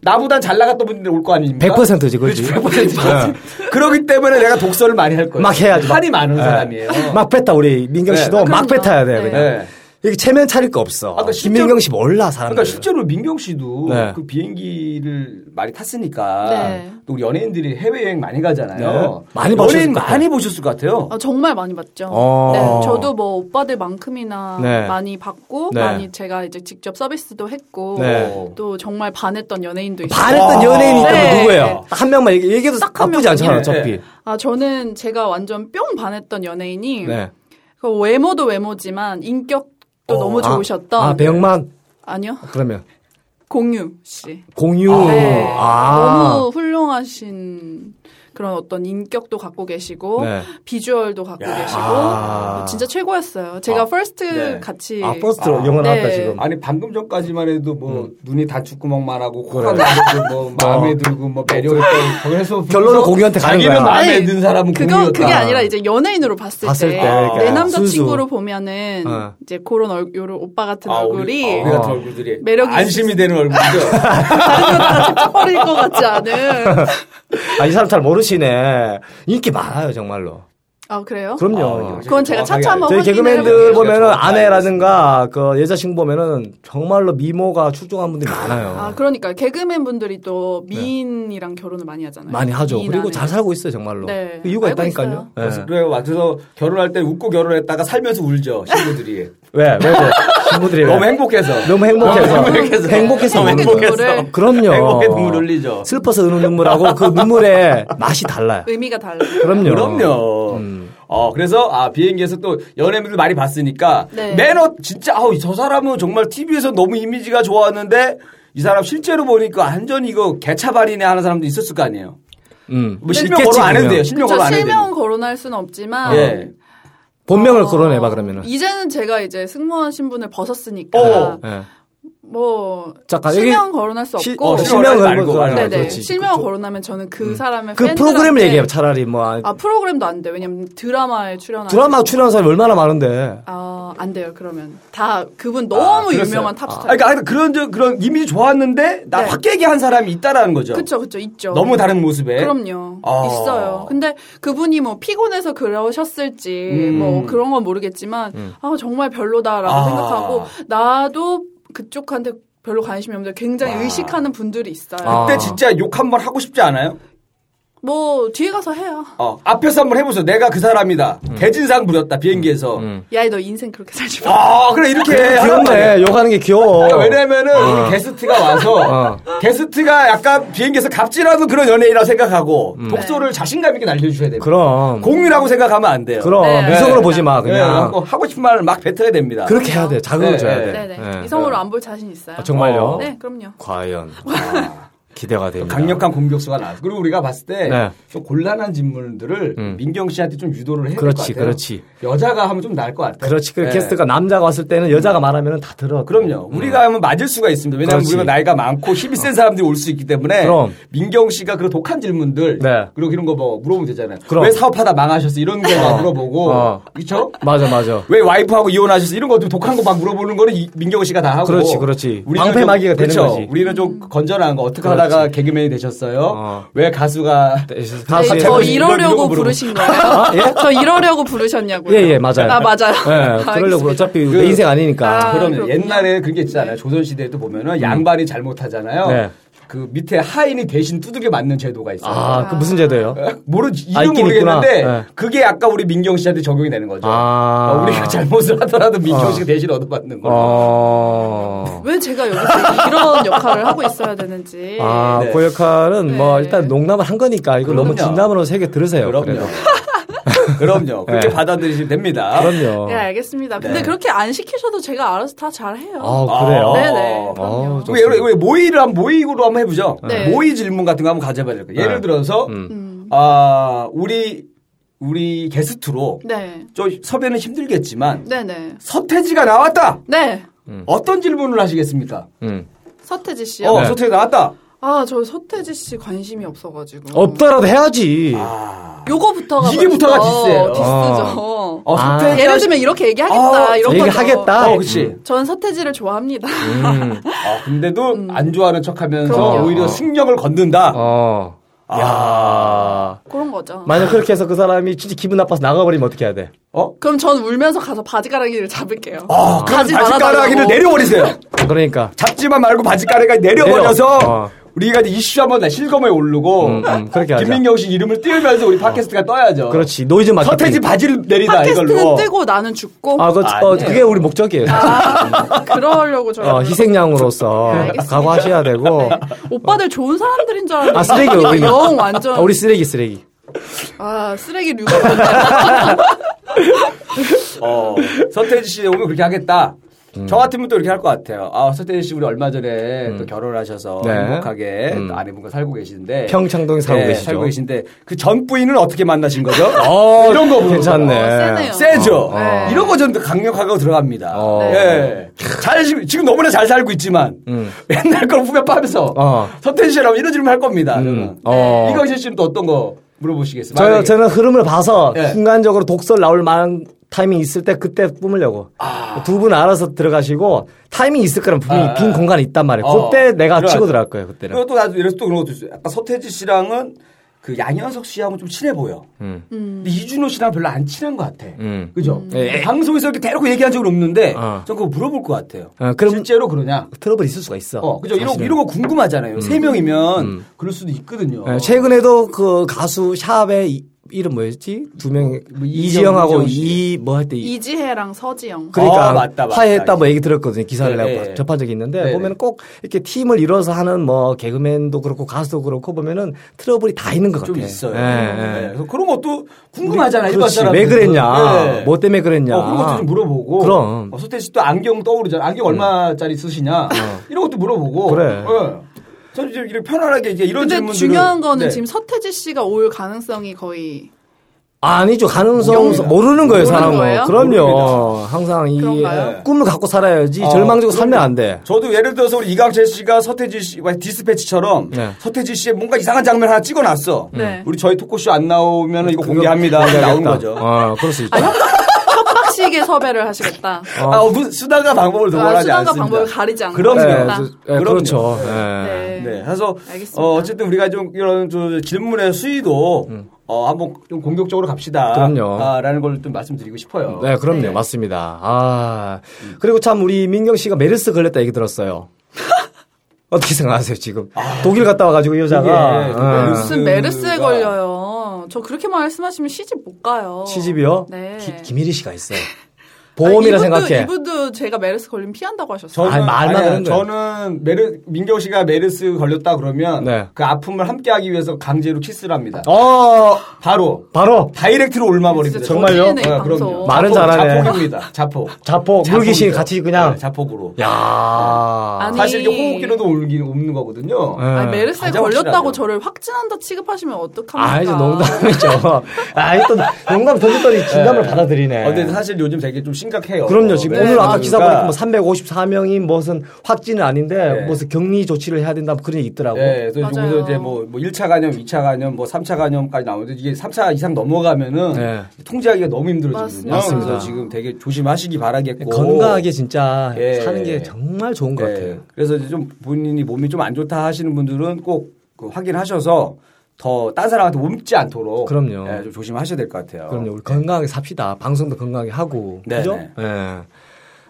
B: 나보단 잘 나갔던 분들이 올 거 아닙니까?
A: 100% 지, 그렇지.
B: 100% 그렇기 때문에 내가 독서를 많이 할 거예요.
A: 막 해야지. 막.
B: 한이 많은
A: 예.
B: 사람이에요.
A: 막 뱉다 우리 민경
B: 네.
A: 씨도
D: 아,
A: 막
D: 그럼요.
A: 뱉어야 돼요.
D: 네.
A: 그냥.
B: 예.
A: 여기 체면 차릴 거 없어.
B: 아, 그러니까 실제로-
A: 김민경 씨 몰라 사람들.
B: 그러니까 실제로 민경 씨도
A: 네.
B: 그 비행기를 많이 탔으니까
D: 네.
B: 또 우리 연예인들이 해외 여행 많이 가잖아요.
A: 네. 많이 보셨을
B: 연예인
A: 것 같아요.
B: 많이 보셨을 것 같아요.
D: 아, 정말 많이 봤죠.
A: 어.
D: 네, 저도 뭐 오빠들만큼이나
A: 네.
D: 많이 봤고
A: 네.
D: 많이 제가 이제 직접 서비스도 했고
A: 네. 아,
B: 어.
D: 또 정말 반했던 연예인도 있어요.
A: 반했던
B: 와.
A: 연예인이 있다면
D: 네.
A: 누구예요? 딱한 명만 얘기, 얘기해도
D: 딱한
A: 나쁘지 않잖아,
B: 명이요.
A: 어차피.
D: 아 저는 제가 완전 뿅 반했던 연예인이
A: 네.
D: 그 외모도 외모지만 인격도 너무 좋으셨던
A: 어,
D: 네.
A: 아, 배영만?
D: 아니요
A: 그러면.
D: 공유 씨.
A: 공유.
D: 네.
A: 아.
D: 너무 훌륭하신 그런 어떤 인격도 갖고 계시고
A: 네.
D: 비주얼도 갖고 계시고
A: 아.
D: 진짜 최고였어요. 제가 퍼스트
B: 네.
D: 같이
A: 아, 버스트로 영어
D: 네.
A: 나왔다, 지금.
B: 아니 방금 전까지만 해도 뭐 눈이 단추구멍만 하고 코가 나고 뭐 마음에 들고 뭐 매력이 있고 그래서
A: 결론은 공유한테 가는
B: 자기는
A: 거야.
B: 마음에
D: 아니,
B: 든 사람은
D: 그거
B: 공유였다.
D: 그게 아니라 이제 연예인으로 봤을,
A: 봤을 때, 그러니까
D: 내 남자
A: 순수.
D: 친구로 보면은
A: 어.
D: 이제 그런 얼, 요런 오빠 같은
B: 아,
D: 얼굴이
B: 우리, 아, 우리 같은 얼굴들이
D: 매력이
B: 안심이 되는 얼굴이죠.
D: 다른 여자가 찝찝거릴 것 같지 않은.
A: 아, 이 사람 잘 모르시네. 인기 많아요, 정말로.
D: 아 그래요?
A: 그럼요.
B: 아,
D: 그건 제가 차차 한번
A: 어, 저희
D: 뭐 확인을
A: 개그맨들
D: 해볼게요.
A: 보면은
B: 제가 정말
A: 아내라든가 그 여자친구 보면은 정말로 미모가 출중한 분들이 많아요.
D: 아 그러니까 개그맨 분들이 또 미인이랑 결혼을 많이 하잖아요.
A: 많이 하죠.
D: 네, 미인
A: 그리고
D: 아내.
A: 잘 살고 있어요, 정말로.
D: 네.
A: 그 이유가
D: 알고
A: 있다니까요.
D: 있어요.
A: 네.
B: 그래서 그래 와서 결혼할 때 웃고 결혼했다가 살면서 울죠 신부들이
A: 왜? 왜? 왜? 친구들이 왜?
B: 너무 행복해서
A: 너무 행복해서.
B: 너무 행복해서
A: 행복해서
B: 너무
A: 우는 거예요.
D: 행복해서.
A: 그럼요.
B: 행복해 눈물 흘리죠.
A: 슬퍼서 우는 눈물하고 그 눈물의 맛이 달라요.
D: 의미가 달라요. 음.
A: 그럼요.
B: 그럼요. 어 그래서 아 비행기에서 또 연예인들 많이 봤으니까
D: 네.
B: 매너 진짜 아우 저 사람은 정말 TV에서 너무 이미지가 좋았는데 이 사람 실제로 보니까 완전 이거 개차발이네 하는 사람도 있었을 거 아니에요.
A: 음.
B: 뭐 실명 걸어 안 해도 돼요. 실명 걸어
D: 저
B: 안 해도
D: 네. 실명은
B: 돼요.
D: 거론할 수는 없지만
B: 예.
A: 본명을
D: 어,
A: 거론해봐 그러면은.
D: 이제는 제가 이제 승무원 신분을 벗었으니까
B: 어.
A: 예.
D: 뭐
A: 잠깐, 여기
D: 실명 은 거론할 수
A: 시-
D: 없고
A: 어,
B: 실명
A: 그러니까 실명을
B: 말고,
A: 거론-
B: 말고.
D: 네네
A: 그렇지.
D: 실명 을
A: 그쪽.
D: 거론하면 저는 그 사람의
A: 그
D: 팬들한테-
A: 프로그램을 얘기해봐 차라리 뭐 아,
D: 아 프로그램도 안 돼요 왜냐면 드라마에 출연하는
A: 드라마 출연한 사람이 얼마나 많은데.
D: 아안 돼요 그러면 다 그분 너무
B: 그랬어요.
D: 유명한
B: 아,
D: 탑스타
B: 그러니까 그런 저- 그런 이미지 좋았는데 나
D: 네.
B: 확 깨게 한 사람이 있다라는
A: 아,
B: 거죠.
D: 그쵸 그쵸 있죠
B: 너무 다른
A: 네?
B: 모습에.
D: 그럼요.
B: 아.
D: 있어요. 근데 그분이 뭐 피곤해서 그러셨을지
A: 음.
D: 뭐 그런 건 모르겠지만 아 정말 별로다라고
B: 아.
D: 생각하고 나도 그쪽한테 별로 관심이 없는데 굉장히
B: 아.
D: 의식하는 분들이 있어요.
A: 아.
B: 그때 진짜 욕 한 번 하고 싶지 않아요?
D: 뭐 뒤에 가서 해요.
B: 어, 앞에서 한번 해보세요. 내가 그 사람이다.
D: 음.
B: 개진상 부렸다 비행기에서.
D: 야이 너 인생 그렇게 살지 마.
B: 아 그래 이렇게 하란
A: 귀엽네.
B: 말이야.
A: 어. 욕하는 게 귀여워.
B: 그러니까 왜냐면은 우리 게스트가 와서
A: 어.
B: 게스트가 약간 비행기에서 갑질하는 그런 연예인이라고 생각하고 독소를 자신감 있게 날려주셔야 돼요.
A: 음. 그럼.
B: 공유라고 생각하면 안 돼요.
A: 그럼.
D: 네.
A: 이성으로
D: 네.
A: 보지 마,
B: 예,
A: 그냥.
B: 그래갖고 하고 싶은 말을 막 뱉어야 됩니다.
A: 그렇게 해야 돼. 자극을
B: 네,
A: 줘야
B: 네.
A: 돼.
D: 네네
A: 예.
D: 이성으로 안 볼 자신 있어요.
A: 아, 정말요?
B: 어.
D: 네 그럼요.
A: 과연. 기대가 됩니다.
B: 강력한 공격수가 나와서 그리고 우리가 봤을 때 좀
A: 네. 음.
B: 곤란한 질문들을 민경 씨한테 좀 유도를 해야 될 것
A: 그렇지,
B: 같아요.
A: 그렇지.
B: 여자가 하면 좀 나을 것 같아요.
A: 그렇지. 그
B: 예.
A: 게스트가 남자가 왔을 때는 여자가 말하면 다 들어.
B: 그럼요. 우리가 하면 맞을 수가 있습니다. 왜냐하면
A: 음. 그렇지.
B: 우리가 나이가 많고 힘이 센 사람들이 올 수 있기 때문에
A: 그럼.
B: 민경 씨가 그런 독한 질문들
A: 네.
B: 그리고 이런 거 뭐 물어보면 되잖아요.
A: 그럼.
B: 왜 사업하다 망하셨어? 이런 거 막 물어보고
A: 어.
B: 그렇죠?
A: 맞아, 맞아.
B: 왜 와이프하고 이혼하셨어? 이런 것도 독한 거 막 물어보는 거는 이- 민경 씨가 다 하고
A: 그렇지, 그렇지.
B: 우리는 좀-
A: 방패막이가 되는
B: 그렇죠.
A: 거지.
B: 우리는 좀 건전한 거 어떻게
A: 그렇지.
B: 하다가 개그맨이 되셨어요?
A: 어.
B: 왜 가수가
A: 가수
D: 네,
A: 태권
D: 저
A: 씨.
B: 이런 거
D: 이러려고
B: 물어보-
D: 부르신 거예요? 저 이러려고 부르셨냐고요?
A: 아, 예, 예, 맞아요.
D: 아 맞아요.
A: 예, 그러려고
D: 알겠습니다.
A: 어차피
B: 그-
A: 내 인생 아니니까.
D: 아.
B: 그러면
D: 그렇군요.
B: 옛날에 그런 게 있잖아요. 조선시대에도 보면은 양반이 잘못하잖아요.
A: 음. 네.
B: 그 밑에 하인이 대신 두들겨 맞는 제도가 있어요.
A: 아, 그 무슨 제도예요?
B: 네. 모르
A: 아,
B: 이름
A: 있긴
B: 모르겠는데
A: 있구나. 네.
B: 그게 아까 우리 민경 씨한테 적용이 되는 거죠.
A: 아.
B: 어, 우리가 잘못을 하더라도 민경 씨가 대신 얻어맞는 거.
A: 어.
D: 왜 제가 여기서 이런 역할을 하고 있어야 되는지.
A: 아,
B: 네.
A: 그 역할은 뭐
D: 네.
A: 일단 농담을 한 거니까 이거 너무
B: 그럼요.
A: 진담으로 세게 들으세요.
B: 그럼요.
A: 그래도.
B: 그럼요. 그렇게
A: 네.
B: 받아들이시면 됩니다.
A: 그럼요.
D: 네, 알겠습니다. 근데
B: 네.
D: 그렇게 안 시키셔도 제가 알아서 다 잘해요.
A: 아, 그래요.
B: 네,
D: 네네. 그럼요.
A: 어,
B: 우리, 우리 모의를 한 모의로 한번 해보죠.
D: 네.
B: 모의 질문 같은 거 한번 가져봐야 될 거예요. 예를
A: 네.
B: 들어서
D: 음.
B: 아 우리 우리 게스트로
D: 네.
B: 저 섭외는 힘들겠지만
D: 네네.
B: 서태지가 나왔다.
D: 네.
B: 어떤 질문을 하시겠습니까?
A: 음.
D: 서태지 씨요.
B: 어,
A: 네.
B: 서태지 나왔다.
D: 아, 저 서태지 씨 관심이 없어가지고.
A: 없다라도 해야지.
B: 아,
D: 요거부터가.
B: 이게
D: 벌써
B: 부터가 디스예요.
D: 디스죠. 네,
B: 어,
A: 아.
B: 서태지
D: 예를 들면 이렇게 얘기하겠다.
B: 아,
D: 이런
A: 얘기
D: 거죠.
A: 하겠다.
B: 어, 그치.
D: 전 서태지를 좋아합니다.
A: 음.
B: 아, 근데도 안 좋아하는 척 하면서
D: 음. 그럼요.
B: 오히려
A: 어.
B: 승력을 건든다. 아.
A: 어. 야
D: 그런 거죠.
A: 만약 그렇게 해서 그 사람이 진짜 기분 나빠서 나가버리면 어떻게 해야 돼?
B: 어?
D: 그럼 전 울면서 가서 바지가랑이를 잡을게요.
B: 아, 그럼
D: 가지 말아달라고.
B: 바지가랑이를 내려버리세요.
A: 그러니까.
B: 잡지만 말고 바지가랑이 내려버려서
A: 내려. 어.
B: 우리가 이제 이슈 한번 다 실검에 오르고
A: 음, 음, 그렇게 하자.
B: 김민경 씨 이름을 띄우면서 우리 팟캐스트가 떠야죠.
A: 그렇지. 노이즈 마케팅.
B: 어. 서태지 바지를 내리다 아, 이걸로.
D: 팟캐스트는 뜨고 나는 죽고
A: 아, 그, 어,
B: 아니에요.
A: 그게 우리 목적이에요.
D: 그러려고 저희
A: 어, 희생양으로서
D: 네, 알겠습니다.
A: 각오하셔야 되고.
D: 오빠들 좋은 사람들인 줄 알았는데
A: 어. 아, 쓰레기, 우리.
D: 영 완전
A: 아, 우리 쓰레기, 쓰레기.
D: 아 쓰레기 류가
B: 어, 서태지 씨 오면 그렇게 하겠다.
A: 음.
B: 저 같으면 또 이렇게 할 것 같아요. 아, 서태지 씨 우리 얼마 전에 또 결혼하셔서
A: 네.
B: 행복하게
A: 음.
B: 또 아내분과 살고 계시는데 네,
A: 평창동에 살고 계시죠.
B: 살고 계신데 그 전 부인은 어떻게 만나신 거죠?
A: 어,
B: 이런 거 보고.
A: 괜찮네.
D: 어, 세네요.
B: 세죠.
A: 어,
D: 어.
B: 이런 거 저는 강력하게 들어갑니다.
A: 어.
B: 예. 잘 지- 지금 너무나 잘 살고 있지만 맨날 그걸 후벼 빠면서
A: 음. 어.
B: 서태지 씨라면 이런 질문 할 겁니다. 저는.
A: 음, 어.
B: 네. 이광실 씨는 또 어떤 거 물어보시겠습니까?
A: 저,
B: 만약에-
A: 저는 흐름을 봐서
B: 예.
A: 순간적으로 독설 나올 만한 타이밍 있을 때 그때 뿜으려고. 두 분 알아서 들어가시고 타이밍 있을 거라면 분명히
B: 아,
A: 빈
B: 아.
A: 공간이 있단 말이에요.
B: 어,
A: 그때 내가
B: 들어가죠.
A: 치고 들어갈 거예요, 그때는.
B: 그리고 또 나도 이래서 또 그런 것도 있어요. 아까 서태지 씨랑은 그 양현석 씨하고 좀 친해 보여. 근데 이준호 씨랑 별로 안 친한 것 같아.
A: 음.
B: 그죠?
A: 예.
B: 방송에서 이렇게 대놓고 얘기한 적은 없는데
A: 어.
B: 전 그거 물어볼 것 같아요.
A: 어, 그럼-
B: 실제로 그러냐?
A: 트러블 있을 수가 있어.
B: 어, 그죠? 이런,
A: 사실은.
B: 이런 거 궁금하잖아요.
A: 음.
B: 세 명이면 그럴 수도 있거든요.
A: 예, 최근에도 그 가수 샵의 이- 이름 뭐였지? 두 명,
B: 뭐
A: 이지영하고
B: 이지영 씨.
A: 이, 뭐 할 때 이.
D: 이지혜랑 서지영
A: 그러니까
B: 어, 맞다, 맞다.
A: 화해했다 뭐 얘기 들었거든요. 기사를
B: 네,
A: 내가
B: 네.
A: 접한 적이 있는데
B: 네, 네.
A: 보면 꼭 이렇게 팀을 이뤄서 하는 뭐 개그맨도 그렇고 가수도 그렇고 보면은 트러블이 다 있는 것 같아요.
B: 좀 있어요.
A: 예,
B: 네,
A: 예.
B: 그래서 그런 것도 궁금하잖아요. 일반
A: 그렇지.
B: 사람들은.
A: 왜 그랬냐?
B: 예.
A: 뭐 때문에 그랬냐?
B: 어, 그런 것도 좀 물어보고.
A: 그럼. 어.
B: 어, 소태 씨또 안경 떠오르잖아. 안경 얼마짜리 쓰시냐. 이런 것도 물어보고.
A: 그래.
B: 예. 저는 지금 이렇게 편안하게 이제 이런 네.
D: 근데
B: 질문들.
D: 중요한 거는
A: 네.
D: 지금 서태지 씨가 올 가능성이 거의
A: 아니죠. 가능성
B: 모릅니다.
A: 모르는 거예요,
D: 모르는
A: 사람은.
D: 거예요?
A: 그럼요. 항상 이
D: 그런가요?
A: 꿈을 갖고 살아야지
B: 어,
A: 절망적으로 살면 안 돼.
B: 저도 예를 들어서 우리 이강철 씨가 서태지 씨, 와, 디스패치처럼
A: 네.
B: 서태지 씨의 뭔가 이상한 장면 하나 찍어놨어.
D: 네.
B: 우리 저희 토크쇼 안 나오면 이거
A: 그거
B: 공개합니다. 나온
A: 알겠다.
B: 거죠.
A: 어, 그럴 수 있다.
D: 협박식의 섭외를 하시겠다.
A: 어.
B: 아, 무- 수단과 방법을
D: 아,
B: 동원하지
D: 수단과
B: 않습니다.
D: 방법을 가리지 않고
B: 그럼요.
A: 예,
D: 하겠다.
A: 저- 예,
B: 그럼요.
A: 그렇죠. 예.
D: 네.
B: 네, 그래서
D: 알겠습니다.
B: 어, 어쨌든 우리가 좀 이런 저 질문의 수위도 어, 한번 좀 공격적으로 갑시다.
A: 음. 그럼요.
B: 아, 라는 걸 좀 말씀드리고 싶어요.
A: 네, 그럼요. 맞습니다. 아. 그리고 참 우리 민경 씨가 메르스 걸렸다 얘기 들었어요. 어떻게 생각하세요, 지금?
D: 아,
A: 독일 갔다 와가지고 이
B: 이게
A: 여자가. 예.
B: 메르스-
D: 무슨 메르스에
B: 그가-
D: 걸려요. 저 그렇게 말씀하시면 시집 못 가요.
A: 시집이요?
D: 네.
A: 기- 김일희 씨가 있어요. 보험이라
D: 아니, 이분도-
A: 생각해.
D: 이분도 제가 메르스 걸리면 피한다고 하셨어요.
B: 저는
A: 아니, 말만
B: 아니야,
A: 하는 거예요.
B: 저는 메르 민경 씨가 메르스 걸렸다 그러면
A: 네.
B: 그 아픔을 함께하기 위해서 강제로 키스를 합니다.
A: 어,
B: 바로
A: 바로
B: 다이렉트로 올마버립니다.
D: 진짜
A: 정말요?
D: 아, 정신이네, 이
B: 네,
D: 방송.
B: 그럼요.
A: 말은 잘하네.
B: 자폭입니다. 자폭.
A: 자폭, 물귀신
B: 자폭이죠.
A: 같이 그냥.
B: 네, 자폭으로.
A: 야.
D: 아니.
B: 사실 이제 호흡기로도 울기 없는 거거든요.
A: 예.
D: 아니, 메르스에
B: 가장
D: 걸렸다고
B: 확실하죠.
D: 저를 확진한다 취급하시면 어떡합니까?
A: 아, 이제 농담이죠. 아, 또 농담 던졌더니 진담을 받아들이네.
B: 어, 근데 사실 요즘 되게 좀 심각해요.
A: 그럼요. 지금
B: 네,
A: 오늘 아까
B: 그러니까.
A: 기사 보니까 뭐 354명이 무슨 확진은 아닌데
B: 네.
A: 무슨 격리 조치를 해야 된다 뭐 그런 얘기 있더라고.
B: 예, 그래서
D: 맞아요.
B: 여기서 이제 뭐, 뭐 1차 간염, 2차 간염, 뭐 3차 간염까지 나오는데 이게 3차 이상 넘어가면은
A: 네.
B: 통제하기가 너무 힘들어지거든요.
A: 맞습니다.
B: 그래서 지금 되게 조심하시기 바라겠고.
A: 네, 건강하게 진짜
B: 예.
A: 사는 게 정말 좋은 것
B: 예,
A: 같아요.
B: 그래서 이제 좀 본인이 몸이 좀 안 좋다 하시는 분들은 꼭그 확인하셔서 더 딴 사람한테 옮지 않도록
A: 그럼요.
B: 예, 좀 조심하셔야 될 것 같아요.
A: 그럼요. 우리 건강하게 삽시다. 방송도 건강하게 하고.
B: 네,
A: 그죠?
B: 네.
A: 예.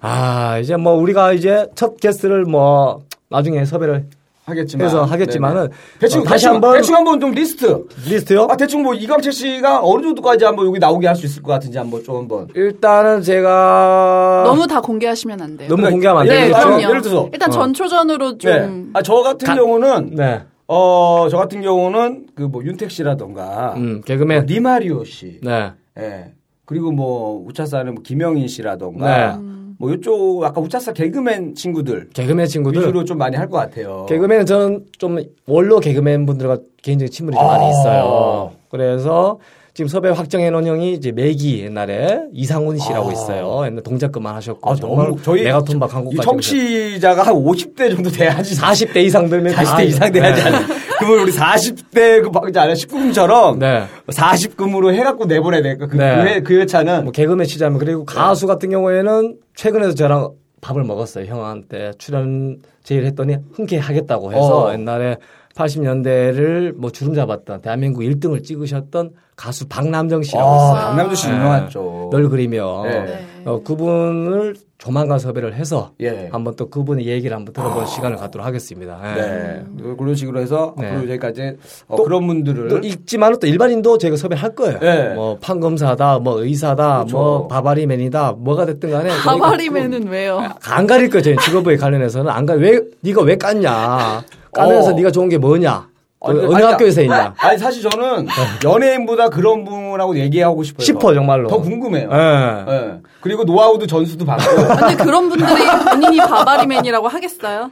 A: 아, 이제 뭐 우리가 이제 첫 게스트를 뭐 나중에 섭외를
B: 하겠지만.
A: 그래서 하겠지만은
B: 네네. 대충
A: 어, 다시
B: 대충,
A: 한번
B: 대충 한번 좀 리스트.
A: 리스트요?
B: 아, 대충 뭐 이광철 씨가 어느 정도까지 한번 여기 나오게 할 수 있을 것 같은지 한번 좀 한번.
A: 일단은 제가
D: 너무 다 공개하시면 안 돼요.
A: 너무 공개하면 안
B: 네,
A: 되겠죠?
B: 그럼요.
D: 그럼요.
B: 예를 들어서.
D: 일단
A: 어.
D: 전초전으로 좀
B: 네. 아, 저 같은 경우는
A: 네.
B: 어, 저 같은 경우는 그 뭐 윤택 씨라던가
A: 음,
B: 어,
A: 개그맨.
B: 리마리오 씨.
A: 네.
B: 예. 그리고 뭐 우차사는 뭐 김영인 씨라던가
A: 네.
B: 뭐 요쪽 아까 우차사 개그맨 친구들
A: 개그맨 친구들.
B: 위주로 좀 많이 할 것 같아요.
A: 개그맨은 저는 좀 원로 개그맨 분들과 개인적인 친분이
B: 어.
A: 좀 많이 있어요. 그래서 지금 섭외 확정해 놓은 형이 이제 매기 옛날에 이상훈 씨라고 있어요. 옛날 동작 그만하셨고
B: 아,
A: 정말
B: 너무 저희
A: 메가톤 박 한국까지
B: 이 청취자가 한 50대 정도 돼야지
A: 40대 이상 되면 아, 네.
B: 40대 이상 돼야지 않- 그걸 우리 40대 그 방자 아니야 19금처럼
A: 네.
B: 40금으로 해갖고 내보내야 될까 그,
A: 네.
B: 그, 회, 그 회차는
A: 뭐 개그맨 치자면 그리고
B: 네.
A: 가수 같은 경우에는 최근에도 저랑 밥을 먹었어요. 형한테 출연 제의를 했더니 흔쾌히 하겠다고 해서
B: 어.
A: 옛날에 80년대를 뭐 주름 잡았던 대한민국 1등을 찍으셨던 가수 박남정 씨라고
B: 아,
A: 있어요.
B: 박남주 씨
A: 네.
B: 유명하죠.
A: 널 그리며
B: 네.
D: 네.
A: 어, 그분을 조만간 섭외를 해서
B: 예.
A: 한번 또 그분의 얘기를 한번 들어볼 시간을 갖도록 하겠습니다. 예.
B: 네. 그런 식으로 해서
A: 네.
B: 앞으로 여기까지 어,
A: 또-
B: 그런 분들을
A: 또 있지만 또 일반인도 저희가 섭외를 할 거예요.
B: 예.
A: 뭐 판검사다, 뭐 의사다,
B: 그렇죠.
A: 뭐 바바리맨이다, 뭐가 됐든 간에 저희가
D: 바바리맨은 왜요?
B: 아.
A: 안 가릴 거예요. 저희 직업에 관련해서는 안 가. 왜 네가 왜 깠냐? 까면서
B: 어.
A: 네가 좋은 게 뭐냐?
B: 아니, 근데
A: 어느
B: 아니다.
A: 학교에서 있냐?
B: 아니 사실 저는 연예인보다 그런 분하고 얘기하고 네. 싶어요.
A: 싶어 정말로.
B: 더 궁금해요.
A: 예.
B: 예. 그리고 노하우도 전수도 받고.
D: 아, 근데 그런 분들이 본인이 바바리맨이라고 하겠어요?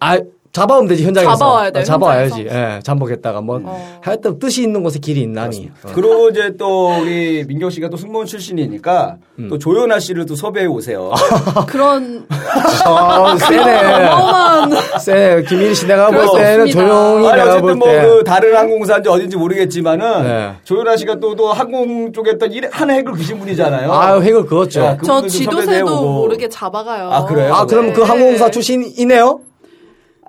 A: 아 잡아오면 되지 현장에서.
D: 잡아와야 돼요,
A: 어, 잡아와야지. 예, 잠복했다가 뭐
D: 어.
A: 하여튼 뜻이 있는 곳에 길이 있나니.
B: 그리고 이제 또 우리 민경 씨가 또 승무원 출신이니까 또 조연아 씨를 또 섭외해 오세요.
D: 그런
A: 어, 세네.
D: 어마어마한
A: 세 김일 씨 내가 볼 때는
D: 그렇습니다.
A: 조용히
B: 아니
A: 내가
B: 어쨌든
A: 볼
B: 뭐
A: 때.
B: 그 다른 항공사인지 어딘지 모르겠지만은
A: 네.
B: 조연아 씨가 또 또 항공 쪽에 어떤 일- 한 핵을 그신 분이잖아요.
A: 아, 획을 그었죠.
B: 야, 그-
D: 저
B: 그분들 좀 섭외
D: 지도세도
B: 내오고.
D: 모르게 잡아가요.
B: 아, 그래요?
A: 아, 그럼 그
D: 네.
A: 항공사 출신이네요?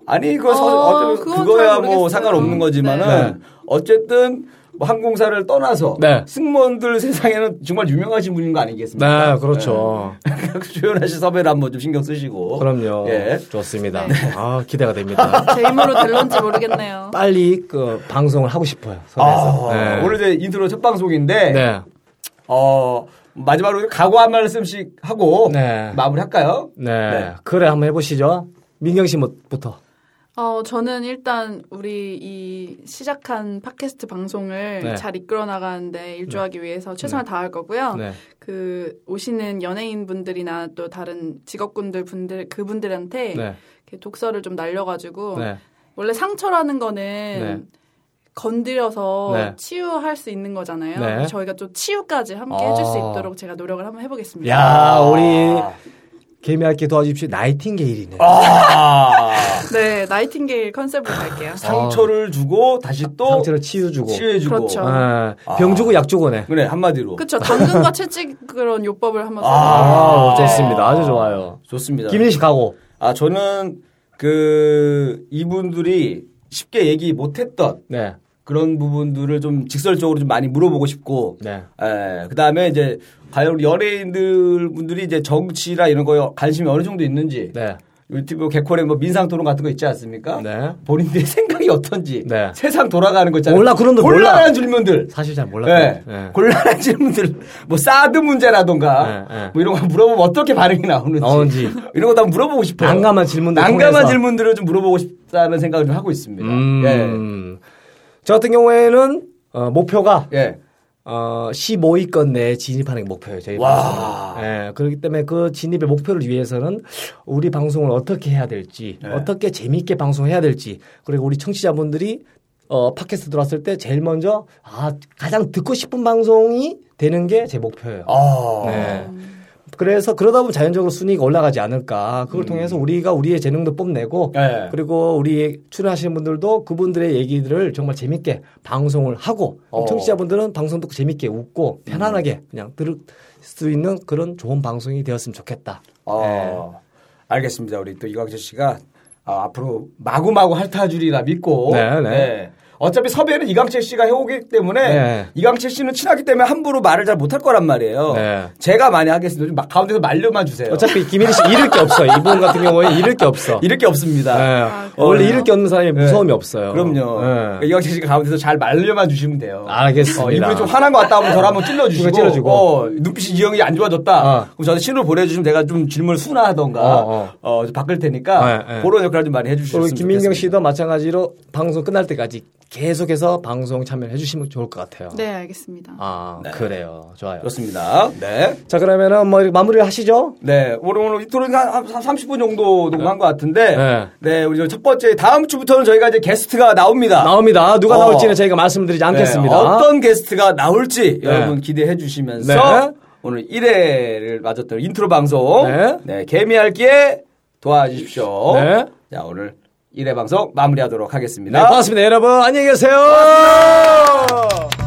B: 아니 그거
D: 어,
B: 어, 쨌든
D: 그건
B: 그거야
D: 잘
B: 뭐
D: 모르겠어요.
B: 상관없는 거지만은 어쨌든 뭐 항공사를 떠나서
A: 네.
B: 승무원들 세상에는 정말 유명하신 분인 거 아니겠습니까?
A: 네, 그렇죠.
B: 네. 조연아 씨 섭외를 한번 좀 신경 쓰시고.
A: 그럼요.
B: 예.
A: 좋습니다.
D: 네.
A: 아, 기대가 됩니다.
D: 제 힘으로 될런지 모르겠네요.
A: 빨리 그 방송을 하고 싶어요. 선에서.
B: 아,
A: 네.
B: 오늘 이제 인트로 첫 방송인데
A: 네.
B: 어 마지막으로 각오 한 말씀씩 하고
A: 네.
B: 마무리할까요?
A: 네.
B: 네.
A: 그래 한번 해 보시죠. 민경 씨부터.
D: 어, 저는 일단 우리 이 시작한 팟캐스트 방송을
A: 네.
D: 잘 이끌어 나가는데
B: 네.
D: 일조하기 위해서 최선을 다할 거고요.
A: 네.
D: 그 오시는 연예인 분들이나 또 다른 직업군들 분들 그분들한테
A: 네.
D: 이렇게 독서를 좀 날려가지고
A: 네.
D: 원래 상처라는 거는 건드려서
A: 네.
D: 치유할 수 있는 거잖아요.
A: 네.
D: 저희가 좀 치유까지 함께
A: 아.
D: 해줄 수 있도록 제가 노력을 한번 해보겠습니다.
A: 야, 아, 우리 개미할게 도와주십시오. 나이팅게일이네.
B: 아,
D: 네, 나이팅게일 컨셉으로 갈게요.
B: 상처를 주고 다시 또
A: 상처를 치유 주고.
B: 어, 치유해주고. 아.
D: 그렇죠.
A: 예, 병 주고 약 주고네.
B: 그래 한마디로.
D: 그쵸. 당근과 채찍 그런 요법을 한번
A: 아,
D: 써볼게요.
A: 좋습니다. 아주 좋아요.
B: 좋습니다.
A: 김민 씨 가고.
B: 아 저는 그 이분들이 쉽게 얘기 못했던
A: 네.
B: 그런 부분들을 좀 직설적으로 좀 많이 물어보고 싶고
A: 네.
B: 에, 그다음에 이제 과연 우리 연예인들 분들이 이제 정치나 이런 거에 관심이 어느 정도 있는지
A: 네.
B: 유튜브 개콘에 뭐 민상 토론 같은 거 있지 않습니까?
A: 네.
B: 본인들의 생각이 어떤지
A: 네.
B: 세상 돌아가는 거 있잖아요.
A: 몰라, 그런 거 몰라.
B: 곤란한 질문들.
A: 사실 잘
B: 예.
A: 몰랐다. 네.
B: 곤란한 질문들. 뭐 사드 문제라던가
A: 네, 네.
B: 뭐 이런 거 물어보면 어떻게 반응이 나오는지.
A: 나오는지.
B: 이런 거 다 물어보고 싶어요.
A: 난감한 질문들
B: 난감한
A: 통해서.
B: 질문들을 좀 물어보고 싶다는 생각을 좀 하고 있습니다. 예.
A: 음. 저 같은 경우에는 어, 목표가
B: 예.
A: 어, 15위권 내에 진입하는 게 목표예요. 저희
B: 와.
A: 방송은. 예, 그렇기 때문에 그 진입의 목표를 위해서는 우리 방송을 어떻게 해야 될지,
B: 네.
A: 어떻게 재미있게 방송해야 될지, 그리고 우리 청취자분들이 어, 팟캐스트 들어왔을 때 제일 먼저 아, 가장 듣고 싶은 방송이 되는 게 제 목표예요.
B: 아.
A: 네. 그래서 그러다 보면 자연적으로 순위가 올라가지 않을까. 그걸 통해서 우리가 우리의 재능도 뽐내고
B: 음. 예.
A: 그리고 우리 출연하시는 분들도 그분들의 얘기들을 정말 재밌게 방송을 하고
B: 어. 음.
A: 청취자분들은 방송 듣고 재밌게 웃고 편안하게 그냥 들을 수 있는 그런 좋은 방송이 되었으면 좋겠다.
B: 어,
A: 네.
B: 알겠습니다. 우리 또 이광재 씨가 아, 앞으로 마구마구 핥아주리라 믿고. 예.
A: 네, 네.
B: 어차피 섭외는 이광채 씨가 해오기 때문에
A: 네.
B: 이광채 씨는 친하기 때문에 함부로 말을 잘 못할 거란 말이에요.
A: 네.
B: 제가 많이 하겠습니다. 좀 막- 가운데서 말려만 주세요.
A: 어차피 김일희 씨 잃을 게 없어요. 이분 같은 경우에 잃을 게 없어.
B: 이럴 게 없습니다.
A: 예. 원래 잃을 게 없는 사람이 무서움이 없어요.
B: 아, 예. 그럼요.
A: 예.
B: 그러니까 이광채 씨가 가운데서 잘 말려만 주시면 돼요.
A: 알겠습니다.
B: 어, 이분이 좀 화난 것 같다 하면 저를 한번 찔러주시고,
A: 이거 찔러주고.
B: 어, 눈빛이 이 형이 안 좋아졌다.
A: 어.
B: 그럼 저한테 신호를 보내주시면 내가 좀 질문을 순화하던가,
A: 어,
B: 어, 좀 바꿀 테니까
A: 네, 네.
B: 그런 역할을 좀 많이 해주셨으면
A: 우리
B: 좋겠습니다.
A: 김민경 씨도 마찬가지로 방송 끝날 때까지 계속해서 방송 참여해 주시면 좋을 것 같아요.
D: 네, 알겠습니다.
A: 아 그래요. 좋아요.
B: 그렇습니다. 네.
A: 자 그러면은 뭐 이렇게 마무리를 하시죠.
B: 네, 오늘 오늘 토론 한, 한 30분 정도 녹음한 것 같은데,
A: 네.
B: 네. 우리 저첫 번째 다음 주부터는 저희가 이제 게스트가
A: 아,
B: 나옵니다.
A: 나옵니다. 누가
B: 어.
A: 나올지는 저희가 말씀드리지
B: 네,
A: 않겠습니다.
B: 어떤 게스트가 나올지
A: 네.
B: 여러분 기대해 주시면서
A: 네.
B: 오늘 1회를 맞았던 인트로 방송
A: 네.
B: 네. 개미할기에 도와주십시오.
A: 네.
B: 자, 오늘 1회 방송 마무리하도록
A: 네,
B: 하겠습니다.
A: 고맙습니다. 여러분, 안녕히 계세요.
B: 고맙습니다.